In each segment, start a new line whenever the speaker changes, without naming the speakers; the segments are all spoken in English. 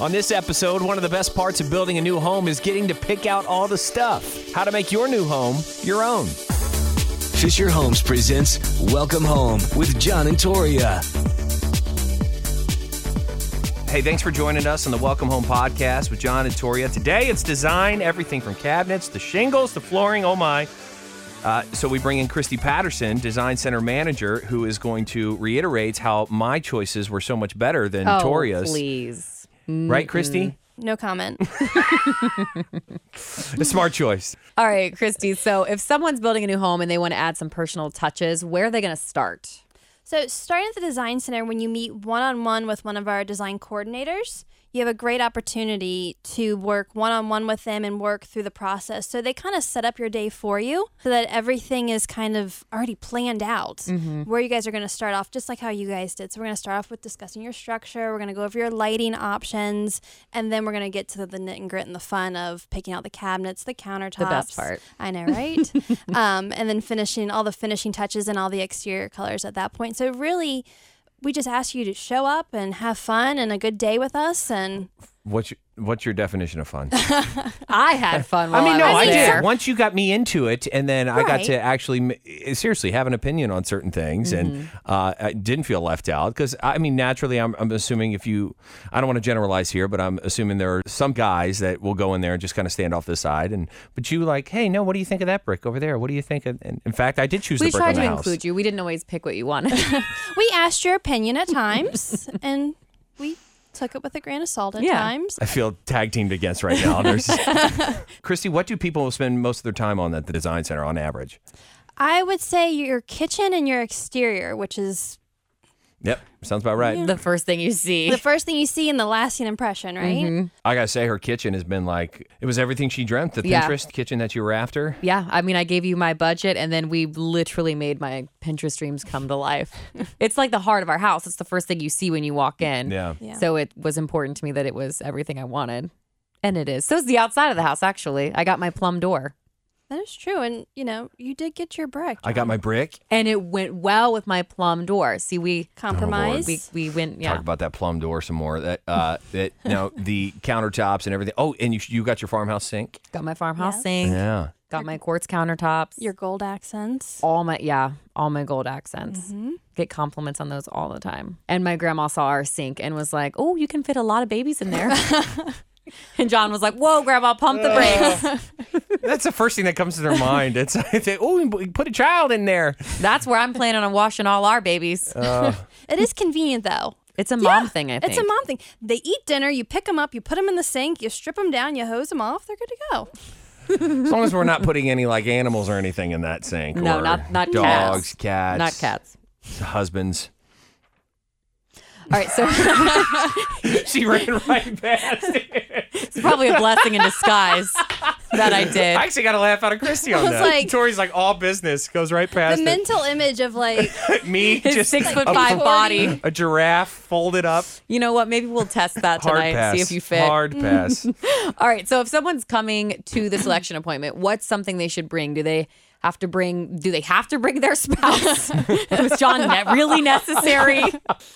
On this episode, one of the best parts of building a new home is getting to pick out all the stuff. How to make your new home your own.
Fisher Homes presents Welcome Home with John and Toria.
Hey, thanks for joining us on the Welcome Home podcast with John and Toria. Today it's design, everything from cabinets to shingles to flooring. Oh my. Uh, so we bring in Christy Patterson, design center manager, who is going to reiterate how my choices were so much better than
Oh,
Toria's.
please.
Right, Christy?
No comment.
Mm-hmm.
A smart choice.
All right, Christy. So, if someone's building a new home and they want to add some personal touches, where are they going to start?
so, starting at the design center, when you meet one on one with one of our design coordinators, you have a great opportunity to work one on one with them and work through the process. So, they kind of set up your day for you so that everything is kind of already planned out
Mm-hmm.
where you guys are going to start off, just like how you guys did. So, we're going to start off with discussing your structure, we're going to go over your lighting options, and then we're going to get to the knit and grit and the fun of picking out the cabinets, the countertops.
best part.
I know, right? um, and then finishing all the finishing touches and all the exterior colors at that point. So really, we just ask you to show up and have fun and a good day with us. And
What's your, what's your definition of fun?
I had fun. While
I
I
mean, no,
was
I
there.
did. Once you got me into it, and then I got
Right.
to actually m- eh, seriously have an opinion on certain things,
Mm-hmm.
and uh, I didn't feel left out because I mean, naturally, I'm, I'm assuming if you, I don't want to generalize here, but I'm assuming there are some guys that will go in there and just kind of stand off the side, and but you like, hey, no, what do you think of that brick over there? What do you think? Of, and in fact, I did choose
We
the brick
tried
on
to
the house.
include you. We didn't always pick what you wanted.
we asked your opinion at times, and we took it with a grain of salt at
Yeah.
times.
I feel tag teamed against right now. There's- Christy, what do people spend most of their time on at the design center on average?
I would say your kitchen and your exterior, which is
Yep, sounds about right.
the first thing you see.
the first thing you see in the lasting impression, right?
I gotta say, her kitchen has been like it was everything she dreamt. The
Yeah.
Pinterest kitchen that you were after.
yeah, I mean, I gave you my budget, and then we literally made my Pinterest dreams come to life. it's like the heart of our house. It's the first thing you see when you walk in.
Yeah.
Yeah.
So it was important to me that it was everything I wanted, and it is. So it's the outside of the house. Actually, I got my plum door.
That is true, and you know you did get your brick.
I got my brick.
and it went well with my plum door. See, we
compromise.
we we went
Talk
yeah.
about that plum door some more. That uh, that now the countertops and everything. Oh, and you you got your farmhouse sink.
Got my farmhouse
Yes.
sink.
Yeah.
Got my quartz countertops.
your gold accents.
all my yeah, all my gold accents.
Mm-hmm.
Get compliments on those all the time. And my grandma saw our sink and was like, "Oh, you can fit a lot of babies in there." and John was like, "Whoa, grandma, pump the
Uh.
brakes."
That's the first thing that comes to their mind. It's like, oh, put a child in there.
That's where I'm planning on washing all our babies.
Uh.
It is convenient though.
it's a mom thing, I think.
It's a mom thing. They eat dinner, you pick them up, you put them in the sink, you strip them down, you hose them off, they're good to go.
As long as we're not putting any like animals or anything in that sink.
No,
or
not not
dogs, cats,
cats. Not cats.
husbands.
All right, so
she ran right past. It.
it's probably a blessing in disguise that I did.
I actually got a laugh out of Christy on
was
that.
like-
Tori's like all business goes right
The
past it.
mental image of like,
me
His
just
six foot
a-
five
forty.
body.
a giraffe folded up
You know what? Maybe we'll test that
hard
tonight.
pass
See if you fit. Mm.
hard pass
All right. So if someone's coming to the selection appointment, what's something they should bring? Do they have to bring? Do they have to bring their spouse? Was John ne- really necessary?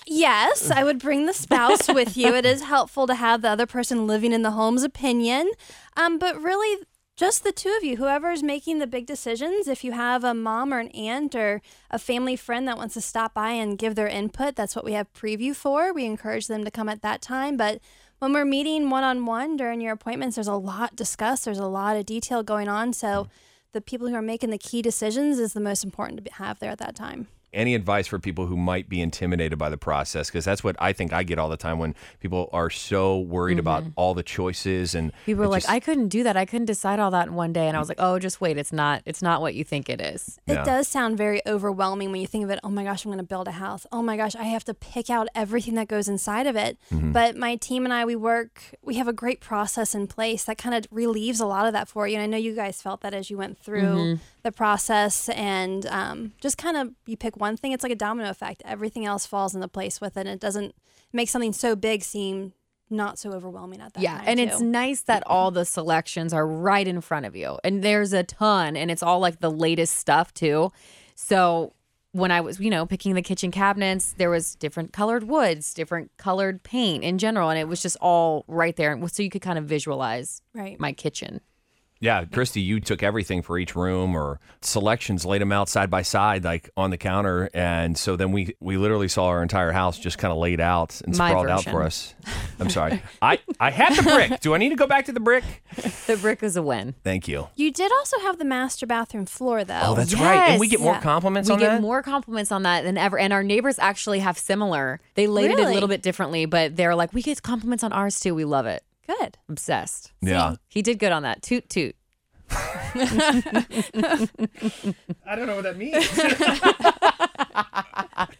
yes, I would bring the spouse with you. It is helpful to have the other person living in the home's opinion. Um, but really, just the two of you, whoever's making the big decisions, if you have a mom or an aunt or a family friend that wants to stop by and give their input, that's what we have preview for. We encourage them to come at that time. But when we're meeting one on one during your appointments, there's a lot discussed, there's a lot of detail going on. So the people who are making the key decisions is the most important to be- have there at that time.
any advice for people who might be intimidated by the process because that's what i think i get all the time when people are so worried about all the choices and
Mm-hmm. People were
it
like,
just-
I couldn't do that. I couldn't decide all that in one day. And I was like, Oh, just wait. It's not. It's not what you think it is.
It
Yeah.
does sound very overwhelming when you think of it. Oh my gosh, I'm going to build a house. Oh my gosh, I have to pick out everything that goes inside of it.
Mm-hmm.
But my team and I, we work, we have a great process in place that kind of relieves a lot of that for you. And I know you guys felt that as you went through
Mm-hmm.
the process and um, just kind of you pick one thing, it's like a domino effect. Everything else falls into place with it. And it doesn't make something so big seem not so overwhelming at that
yeah
time.
and it's
too. Mm-hmm.
nice that all the selections are right in front of you and there's a ton and it's all like the latest stuff too so when I was, you know, picking the kitchen cabinets, there was different colored woods, different colored paint in general, and it was just all right there, and so you could kind of visualize
Right.
my kitchen.
Yeah, Christy, you took everything for each room or selections, laid them out side by side, like on the counter, and so then we we literally saw our entire house just kind of laid out and
My
sprawled out
version.
for us. I'm sorry, I I had the brick. Do I need to go back to the brick?
The brick is a win.
Thank you.
You did also have the master bathroom floor, though.
Oh, that's right. And we
yes.
get more
Yeah.
compliments
we
on
get
that.
more compliments on that than ever, and our neighbors actually have similar. They laid it a
Really?
little bit differently, but they're like, we get compliments on ours too. We love it.
good.
Obsessed.
yeah.
He did good on that. Toot toot.
I don't know what that means.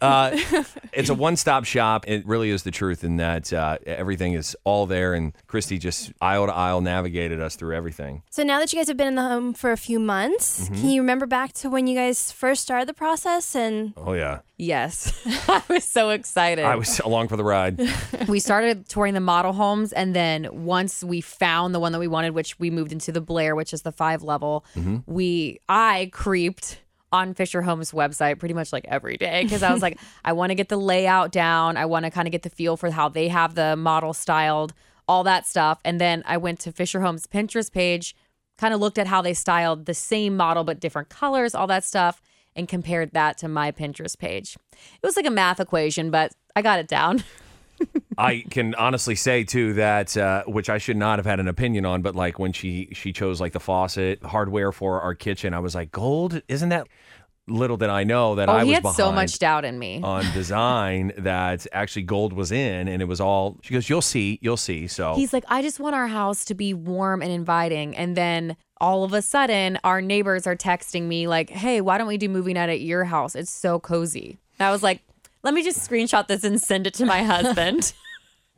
uh, it's a one-stop shop. It really is the truth in that uh, everything is all there, and Christy just aisle to aisle navigated us through everything.
So now that you guys have been in the home for a few months, can you remember back to when you guys first started the process? And
Oh yeah,
Yes. I was so excited.
I was along for the ride.
we started touring the model homes and then once we found the one that we wanted which we moved into the blair which is the five level we i creeped on fisher homes website pretty much like every day because i was like i want to get the layout down i want to kind of get the feel for how they have the model styled all that stuff and then i went to fisher homes pinterest page kind of looked at how they styled the same model but different colors all that stuff and compared that to my pinterest page it was like a math equation but i got it down
I can honestly say too that uh, which I should not have had an opinion on, but like when she she chose like the faucet hardware for our kitchen, I was like, gold, isn't that? Little did I know that
Oh,
I
he
was
had
behind Oh.
so much doubt in me.
on design that actually gold was in, and it was all. She goes, "You'll see, you'll see." So
He's like, I just want our house to be warm and inviting. And then all of a sudden, our neighbors are texting me, like, hey, why don't we do movie night at your house? It's so cozy. And I was like, let me just screenshot this and send it to my husband.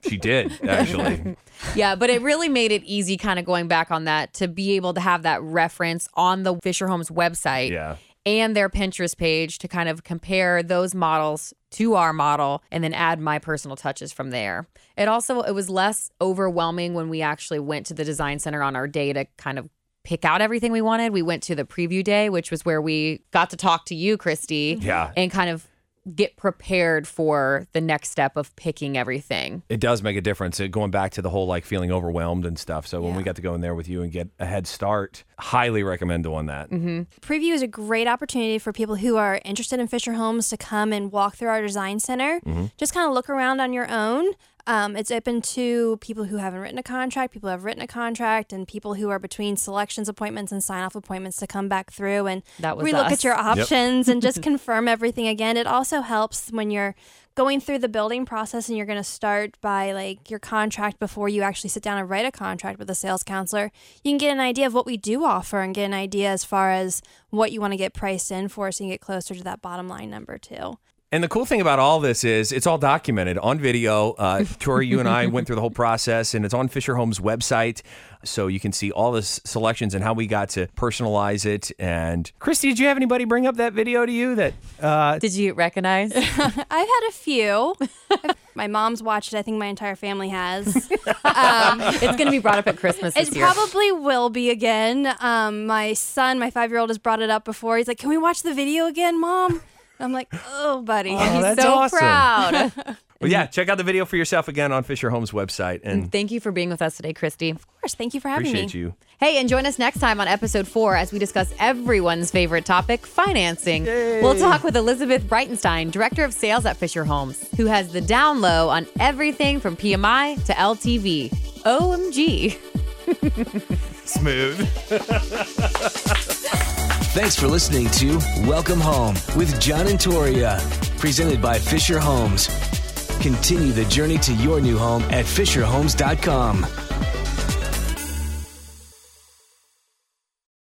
she did actually.
yeah, but it really made it easy, kind of going back on that, to be able to have that reference on the Fisher Homes website.
Yeah.
And their Pinterest page to kind of compare those models to our model and then add my personal touches from there. It also it was less overwhelming when we actually went to the design center on our day to kind of pick out everything we wanted. We went to the preview day, which was where we got to talk to you, Christy.
Yeah.
And kind of get prepared for the next step of picking everything.
It does make a difference. It, going back to the whole like feeling overwhelmed and stuff. So when we got to go in there with you and get a head start, highly recommend doing that.
preview is a great opportunity for people who are interested in Fisher Homes to come and walk through our design center. Just kind of look around on your own. Um, it's open to people who haven't written a contract, people who have written a contract, and people who are between selections appointments and sign off appointments to come back through and
That was
relook
us.
at your options and just confirm everything again. It also helps when you're going through the building process and you're going to start by like your contract before you actually sit down and write a contract with a sales counselor. You can get an idea of what we do offer and get an idea as far as what you want to get priced in for so you can get closer to that bottom line number too.
And the cool thing about all this is it's all documented on video. Uh, Tori, you and I went through the whole process, and it's on Fisher Homes website, so you can see all the s- selections and how we got to personalize it. And Christy, did you have anybody bring up that video to you? That uh,
Did you recognize?
I've had a few. my mom's watched it. I think my entire family has.
it's going to be brought up at Christmas this
It
year.
probably will be again. Um, my son, my five year old, has brought it up before. He's like, "Can we watch the video again, mom?" And I'm like, "Oh, buddy,
Oh, that's
so
awesome.
proud.
Well, yeah, check out the video for yourself again on Fisher Homes website, and
Thank you for being with us today, Christy.
of course, thank you for having
appreciate
me."
you.
Hey, and join us next time on episode four as we discuss everyone's favorite topic, financing. We'll talk with Elizabeth Breitenstein, director of sales at Fisher Homes, who has the down low on everything from PMI to LTV. OMG.
Smooth.
Thanks for listening to Welcome Home with John and Toria, presented by Fisher Homes. Continue the journey to your new home at FisherHomes.com.